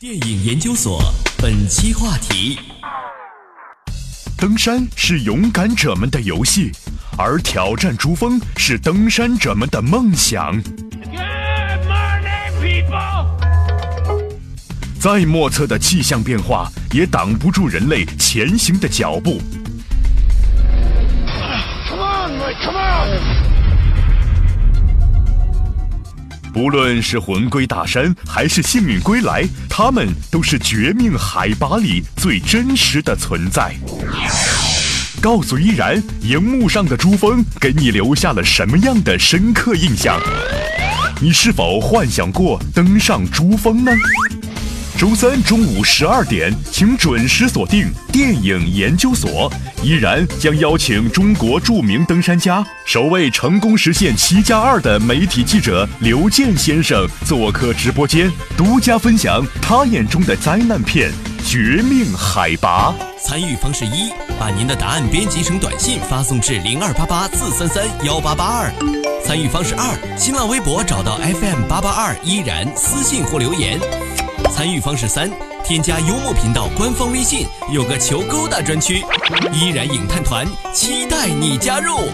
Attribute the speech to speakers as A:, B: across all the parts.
A: 电影研究所本期话题：
B: 登山是勇敢者们的游戏，而挑战珠峰是登山者们的梦想。
C: Good morning, people!
B: 再莫测的气象变化也挡不住人类前行的脚步。
C: Come on, Mike, come on!
B: 不论是魂归大山还是幸运归来，他们都是绝命海拔里最真实的存在。告诉依然，荧幕上的珠峰给你留下了什么样的深刻印象？你是否幻想过登上珠峰呢？周三中午十二点，请准时锁定电影研究所，依然将邀请中国著名登山家、首位成功实现“七加二”的媒体记者刘健先生做客直播间，独家分享他眼中的灾难片《绝命海拔》。
A: 参与方式一：把您的答案编辑成短信发送至零二八八四三三幺八八二。参与方式二：新浪微博找到 FM 八八二依然私信或留言。参与方式三：添加幽默频道官方微信，有个求勾搭专区，依然影探团期待你加入。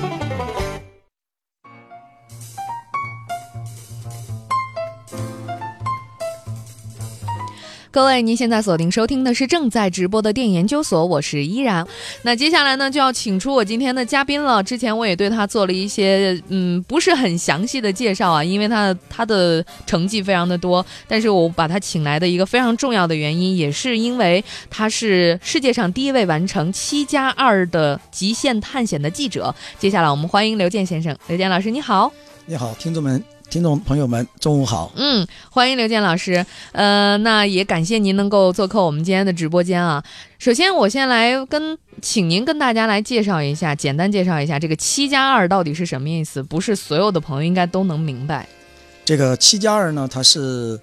D: 各位，您现在锁定收听的是正在直播的电影研究所，我是依然。那接下来呢，就要请出我今天的嘉宾了。之前我也对他做了一些嗯不是很详细的介绍啊，因为他的他的成绩非常的多，但是我把他请来的一个非常重要的原因，也是因为他是世界上第一位完成七加二的极限探险的记者。接下来我们欢迎刘健先生，刘健老师你好。
E: 你好，听众们、听众朋友们，中午好。
D: 嗯，欢迎刘健老师。呃，那也感谢您能够做客我们今天的直播间啊。首先，我先来跟请您跟大家来介绍一下，简单介绍一下这个“七加二”到底是什么意思，不是所有的朋友应该都能明白。
E: 这个七加二呢，它是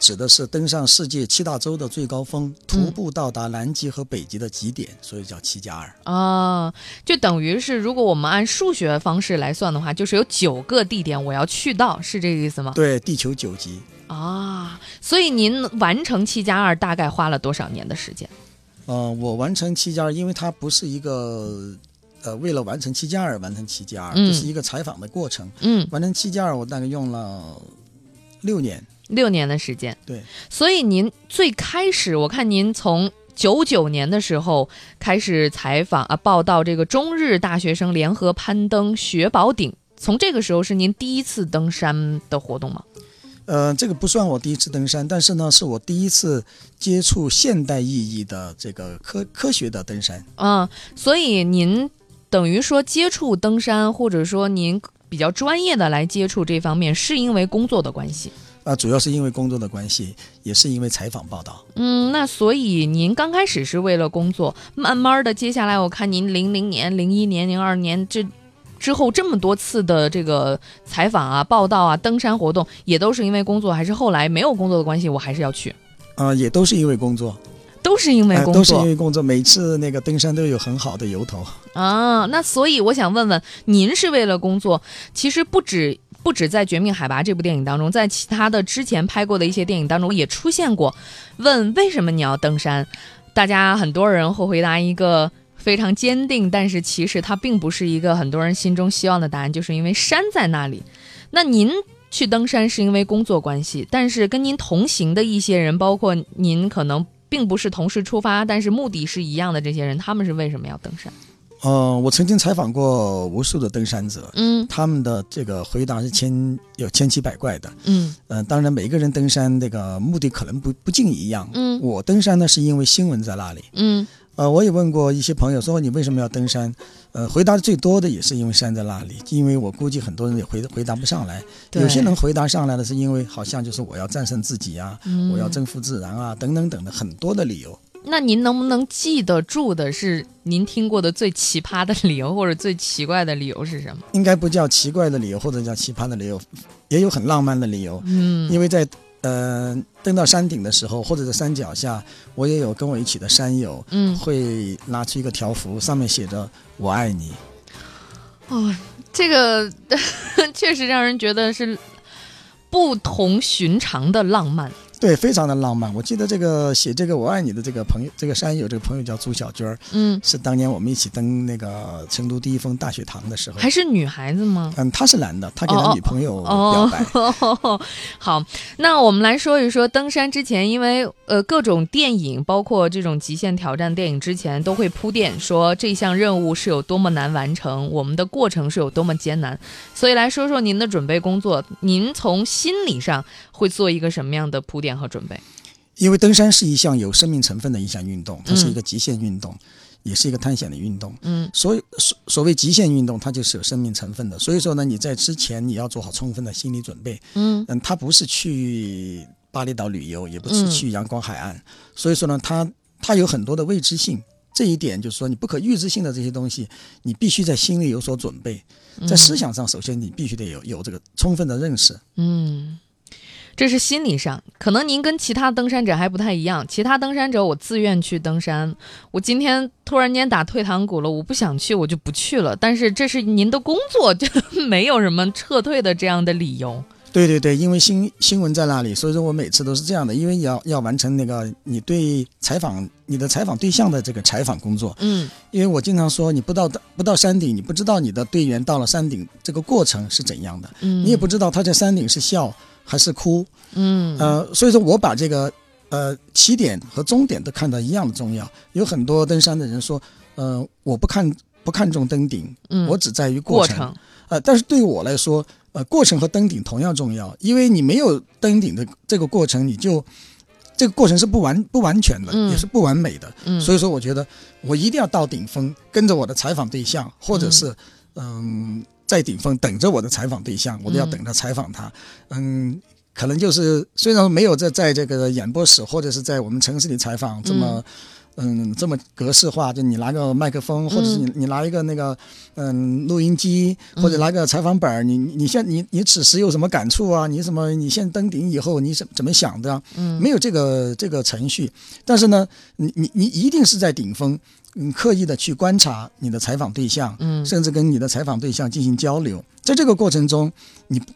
E: 指的是登上世界七大洲的最高峰，徒步到达南极和北极的极点，所以叫七加二。
D: 啊，就等于是，如果我们按数学方式来算的话，就是有九个地点我要去到，是这个意思吗？
E: 对，地球九极，
D: 啊，所以您完成七加二大概花了多少年的时间？
E: 呃，我完成七加二，因为它不是一个呃为了完成七加二而完成七加二，
D: 嗯
E: 这是一个采访的过程。
D: 嗯，
E: 完成七加二，我大概用了六年。
D: 六年的时间。
E: 对，
D: 所以您最开始，我看您从九九年的时候开始采访啊，报道这个中日大学生联合攀登雪宝顶，从这个时候是您第一次登山的活动吗？
E: 呃，这个不算我第一次登山，但是呢，是我第一次接触现代意义的这个科科学的登山。
D: 嗯，所以您等于说接触登山，或者说您比较专业的来接触这方面，是因为工作的关系。
E: 啊，主要是因为工作的关系，也是因为采访报道。
D: 嗯，那所以您刚开始是为了工作，慢慢的，接下来我看您零零年、零一年、零二年这之后这么多次的这个采访啊、报道啊、登山活动，也都是因为工作，还是后来没有工作的关系，我还是要去，
E: 啊，也都是因为工作，
D: 都是因为
E: 哎，
D: 工
E: 都是因
D: 作、
E: 为工作。每次那个登山都有很好的由头。
D: 啊。那所以我想问问，您是为了工作，其实不止。不止在《绝命海拔》这部电影当中，在其他的之前拍过的一些电影当中也出现过，问为什么你要登山，大家很多人会回答一个非常坚定，但是其实它并不是一个很多人心中希望的答案，就是因为山在那里。那您去登山是因为工作关系，但是跟您同行的一些人，包括您可能并不是同时出发，但是目的是一样的这些人，他们是为什么要登山？
E: 呃，我曾经采访过无数的登山者，
D: 嗯
E: 他们的这个回答是千有千奇百怪的。
D: 嗯
E: 嗯、当然每个人登山这个目的可能不不尽一样。
D: 嗯
E: 我登山呢是因为新闻在那里。
D: 嗯
E: 呃，我也问过一些朋友说你为什么要登山？呃，回答最多的也是因为山在那里，因为我估计很多人也回回答不上来。
D: 对
E: 有些人回答上来的是因为好像就是我要战胜自己啊，
D: 嗯，
E: 我要征服自然啊，等等等的很多的理由。
D: 那您能不能记得住的是您听过的最奇葩的理由，或者最奇怪的理由是什么？
E: 应该不叫奇怪的理由，或者叫奇葩的理由，也有很浪漫的理由。
D: 嗯
E: 因为在呃登到山顶的时候，或者在山脚下，我也有跟我一起的山友
D: 嗯，
E: 会拿出一个条幅，上面写着“我爱你
D: 哦，这个 确实让人觉得是不同寻常的浪漫。”
E: 对，非常的浪漫。我记得这个写这个“我爱你”的这个朋友，这个山友这个朋友叫朱小娟儿，
D: 嗯，
E: 是当年我们一起登那个成都第一峰大学堂的时候。
D: 还是女孩子吗？
E: 嗯，他是男的，他给
D: 哦
E: 他
D: 哦
E: 女朋友表
D: 哦
E: 白。，
D: 好，那我们来说一说登山之前，因为呃各种电影，包括这种极限挑战电影之前，都会铺垫说这项任务是有多么难完成，我们的过程是有多么艰难。所以来说说您的准备工作，您从心理上会做一个什么样的铺垫和准备？
E: 因为登山是一项有生命成分的一项运动，它是一
D: 嗯
E: 个极限运动，也是一个探险的运动。
D: 嗯
E: 所以所所谓极限运动，它就是有生命成分的。所以说呢，你在之前你要做好充分的心理准备。
D: 嗯
E: 嗯，他不是去巴厘岛旅游，也不是
D: 嗯
E: 去阳光海岸，所以说呢，他他有很多的未知性。这一点就是说，你不可预知性的这些东西，你必须在心里有所准备，在思想上，首先你必须得有有这个充分的认识。
D: 嗯，这是心理上，可能您跟其他登山者还不太一样。其他登山者，我自愿去登山，我今天突然间打退堂鼓了，我不想去，我就不去了。但是这是您的工作，就 没有什么撤退的这样的理由。
E: 对对对，因为新新闻在那里，所以说我每次都是这样的，因为你要要完成那个你对采访你的采访对象的这个采访工作，
D: 嗯
E: 因为我经常说，你不到不到山顶，你不知道你的队员到了山顶这个过程是怎样的，
D: 嗯，
E: 你也不知道他在山顶是笑还是哭，
D: 嗯
E: 呃，所以说我把这个呃起点和终点都看得一样的重要。有很多登山的人说，呃，我不看不看重登顶，
D: 嗯
E: 我只在于
D: 过
E: 过程。呃，但是对于我来说，呃，过程和登顶同样重要，因为你没有登顶的这个过程，你就这个过程是不完不完全的，
D: 嗯
E: 也是不完美的。
D: 嗯，
E: 所以说，我觉得我一定要到顶峰，跟着我的采访对象，或者
D: 嗯
E: 是嗯、在顶峰等着我的采访对象，我都要
D: 嗯
E: 等着采访他。嗯，可能就是虽然没有在在这个演播室或者是在我们城市里采访这么。嗯这么格式化，就你拿个麦克风，或者是你你拿一个那个，嗯，录音机，或者拿个采访本儿，你你你现你你此时有什么感触啊？你什么？你现在登顶以后你怎怎么想的、啊？
D: 嗯
E: 没有这个这个程序，但是呢，你你你一定是在顶峰，嗯，刻意的去观察你的采访对象，
D: 嗯
E: 甚至跟你的采访对象进行交流。在这个过程中，你不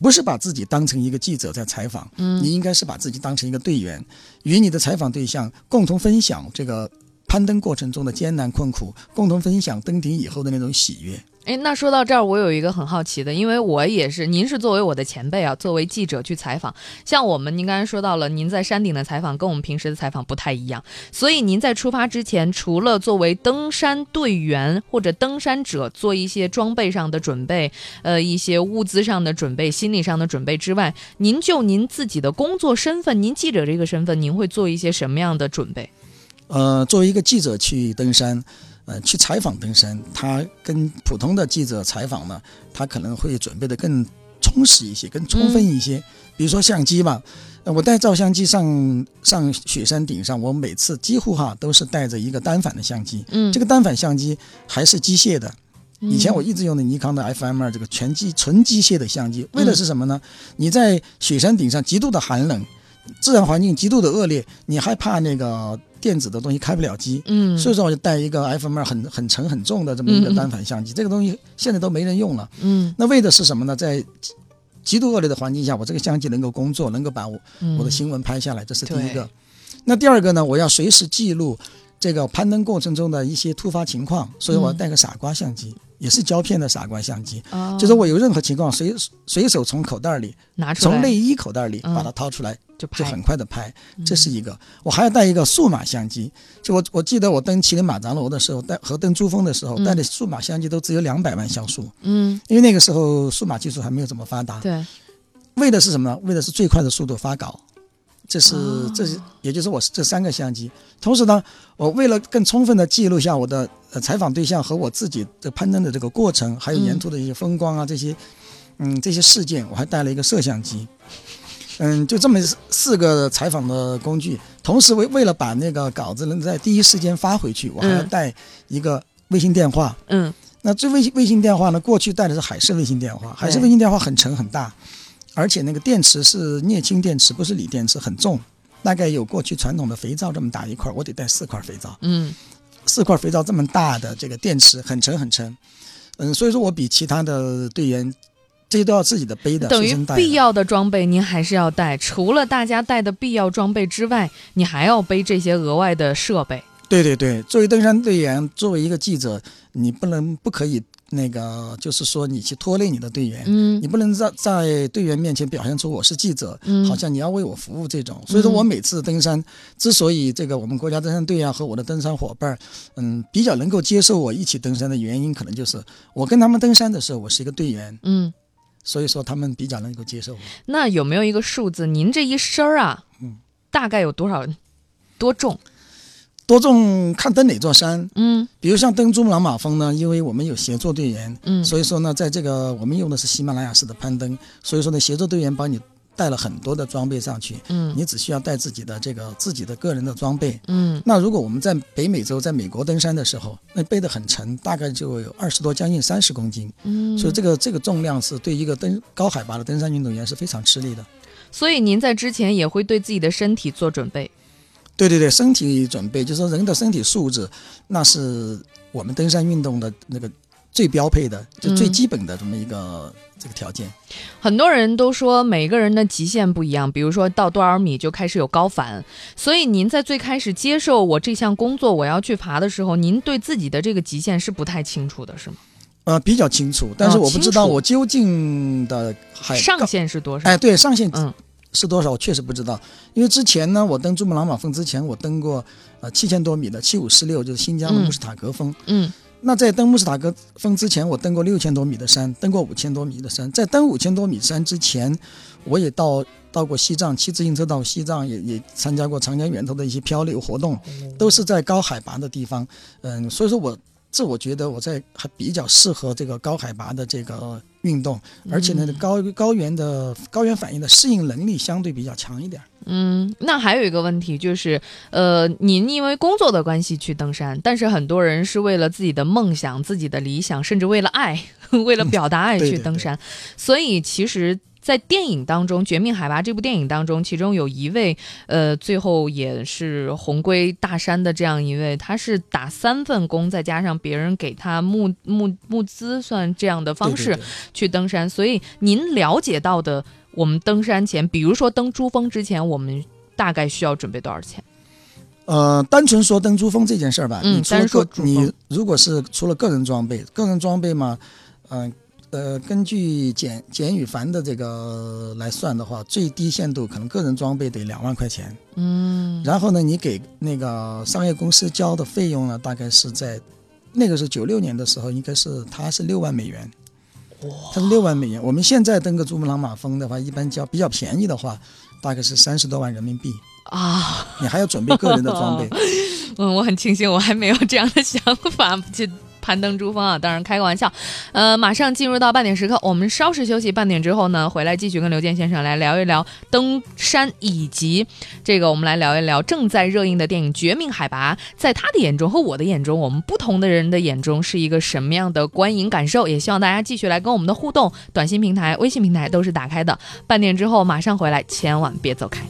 E: 不是把自己当成一个记者在采访，
D: 嗯
E: 你应该是把自己当成一个队员，与你的采访对象共同分享这个攀登过程中的艰难困苦，共同分享登顶以后的那种喜悦。
D: 哎，那说到这儿，我有一个很好奇的，因为我也是，您是作为我的前辈啊，作为记者去采访，像我们您刚才说到了，您在山顶的采访跟我们平时的采访不太一样，所以您在出发之前，除了作为登山队员或者登山者做一些装备上的准备，呃，一些物资上的准备、心理上的准备之外，您就您自己的工作身份，您记者这个身份，您会做一些什么样的准备？
E: 呃，作为一个记者去登山，呃，去采访登山，他跟普通的记者采访呢，他可能会准备的更充实一些，更充分一些。比如说相机吧，呃我带照相机上上雪山顶上，我每次几乎哈都是带着一个单反的相机。
D: 嗯
E: 这个单反相机还是机械的，以前我一直用的尼康的 FM 二这个全机纯机械的相机，
D: 嗯
E: 为的是什么呢？你在雪山顶上极度的寒冷，自然环境极度的恶劣，你害怕那个电子的东西开不了机。
D: 嗯
E: 所以说我就带一个 FM 二很很沉很重的这么一
D: 嗯
E: 个
D: 嗯
E: 单反相机，这个东西现在都没人用了。
D: 嗯
E: 那为的是什么呢？在极极度恶劣的环境下，我这个相机能够工作，能够把我
D: 嗯
E: 我的新闻拍下来，这是第一
D: 对
E: 个。那第二个呢，我要随时记录这个攀登过程中的一些突发情况，所
D: 嗯
E: 以我要带个傻瓜相机，也是胶片的傻瓜相机，
D: 哦
E: 就是我有任何情况，随随手从口袋里，
D: 拿出
E: 从
D: 来
E: 内衣口袋里
D: 嗯
E: 把它掏出来，
D: 就
E: 就
D: 拍
E: 很快的拍，这是一个。我还要带一个数码相机，就我我记得我登麒麟马扎罗的时候，带和登珠峰的时候
D: 嗯
E: 带的数码相机都只有两百万像素，
D: 嗯
E: 因为那个时候数码技术还没有怎么发达。
D: 对。
E: 为的是什么呢？为的是最快的速度发稿。这是、
D: 哦
E: 这是，也就是我这三个相机。同时呢，我为了更充分的记录下我的呃采访对象和我自己的攀登的这个过程，还有
D: 嗯
E: 沿途的一些风光啊，这些，嗯，这些事件，我还带了一个摄像机。嗯，就这么四四个采访的工具。同时为为了把那个稿子能在第一时间发回去，我还要
D: 嗯
E: 带一个卫星电话。
D: 嗯
E: 那这卫星卫星电话呢，过去带的是海事卫星电话，海事
D: 对
E: 卫星电话很沉很大，而且那个电池是镍氢电池，不是锂电池，很重，大概有过去传统的肥皂这么大一块儿，我得带四块肥皂，
D: 嗯
E: 四块肥皂这么大的这个电池很沉很沉，嗯，所以说我比其他的队员这些都要自己的背的，
D: 等
E: 啊随
D: 于
E: 身带的
D: 必要的装备您还是要带，除了大家带的必要装备之外，你还要背这些额外的设备。
E: 对对对，作为登山队员，作为一个记者，你不能不可以那个，就是说你去拖累你的队员，
D: 嗯
E: 你不能在在队员面前表现出我是记者，
D: 嗯
E: 好像你要为我服务这种。所以说我每次登山，之所以这个我们国家登山队啊和我的登山伙伴儿，嗯，比较能够接受我一起登山的原因，可能就是我跟他们登山的时候，我是一个队员，
D: 嗯，
E: 所以说他们比较能够接受我。
D: 那有没有一个数字？您这一身儿啊，
E: 嗯
D: 大概有多少多重？
E: 多重看登哪座山，
D: 嗯
E: 比如像登珠穆朗玛峰呢，因为我们有协作队员，
D: 嗯，
E: 所以说呢，在这个我们用的是喜马拉雅式的攀登，所以说呢，协作队员帮你带了很多的装备上去，
D: 嗯
E: 你只需要带自己的这个自己的个人的装备。
D: 嗯
E: 那如果我们在北美洲，在美国登山的时候，那背得很沉，大概就有二十多，将近三十公斤，
D: 嗯，
E: 所以这个这个重量是对一个登高海拔的登山运动员是非常吃力的。
D: 所以您在之前也会对自己的身体做准备。
E: 对对对，身体准备就是说人的身体素质，那是我们登山运动的那个最标配的，就最
D: 嗯
E: 基本的这么一个、这个条件。
D: 很多人都说每个人的极限不一样，比如说到多少米就开始有高反，所以您在最开始接受我这项工作，我要去爬的时候，您对自己的这个极限是不太清楚的，是吗？
E: 呃，比较清楚，但是
D: 哦
E: 我不知
D: 清
E: 道
D: 楚
E: 我究竟的海
D: 上
E: 哎高
D: 限是多少？
E: 哎，对上限
D: 嗯
E: 是多少，我确实不知道。因为之前呢，我登珠穆朗玛峰之前，我登过呃七千多米的七五四六，就是新疆的
D: 嗯
E: 慕斯塔格峰。
D: 嗯
E: 那在登慕斯塔格峰之前，我登过六千多米的山，登过五千多米的山。在登五千多米山之前，我也到到过西藏，骑自行车到西藏，也也参加过长江源头的一些漂流活动，
D: 嗯
E: 都是在高海拔的地方。嗯，所以说我这我觉得我在还比较适合这个高海拔的这个运动，而且呢，
D: 嗯
E: 高高原的高原反应的适应能力相对比较强一点。
D: 嗯，那还有一个问题就是，呃，您因为工作的关系去登山，但是很多人是为了自己的梦想、自己的理想，甚至为了爱、 为了表达爱
E: 嗯对
D: 去
E: 对
D: 登
E: 对
D: 山，所以其实。在电影当中，《绝命海拔》这部电影当中，其中有一位，呃，最后也是红归大山的这样一位，他是打三份工，再加上别人给他募募募资，算这样的方式
E: 对对对
D: 去登山。所以您了解到的，我们登山前，比如说登珠峰之前，我们大概需要准备多少钱？
E: 呃，单纯说登珠峰这件事儿吧，
D: 嗯
E: 你除了
D: 单说
E: 个
D: 珠峰
E: 你如果是除了个人装备，个人装备嘛，嗯呃根据简简羽凡的这个来算的话，最低限度可能个人装备得两万块钱，
D: 嗯
E: 然后呢，你给那个商业公司交的费用呢，大概是在那个是九六年的时候，应该是它是六万美元，它是六万美元。我们现在登个珠穆朗玛峰的话，一般交比较便宜的话，大概是三十多万人民币，
D: 啊，
E: 你还要准备个人的装备。
D: 嗯，我很庆幸我还没有这样的想法去攀登珠峰啊， 当然开个玩笑。呃，马上进入到半点时刻，我们稍事休息，半点之后呢，回来继续跟刘健先生来聊一聊登山，以及这个我们来聊一聊正在热映的电影《绝命海拔》，在他的眼中和我的眼中，我们不同的人的眼中是一个什么样的观影感受？也希望大家继续来跟我们的互动，短信平台、微信平台都是打开的。半点之后马上回来，千万别走开。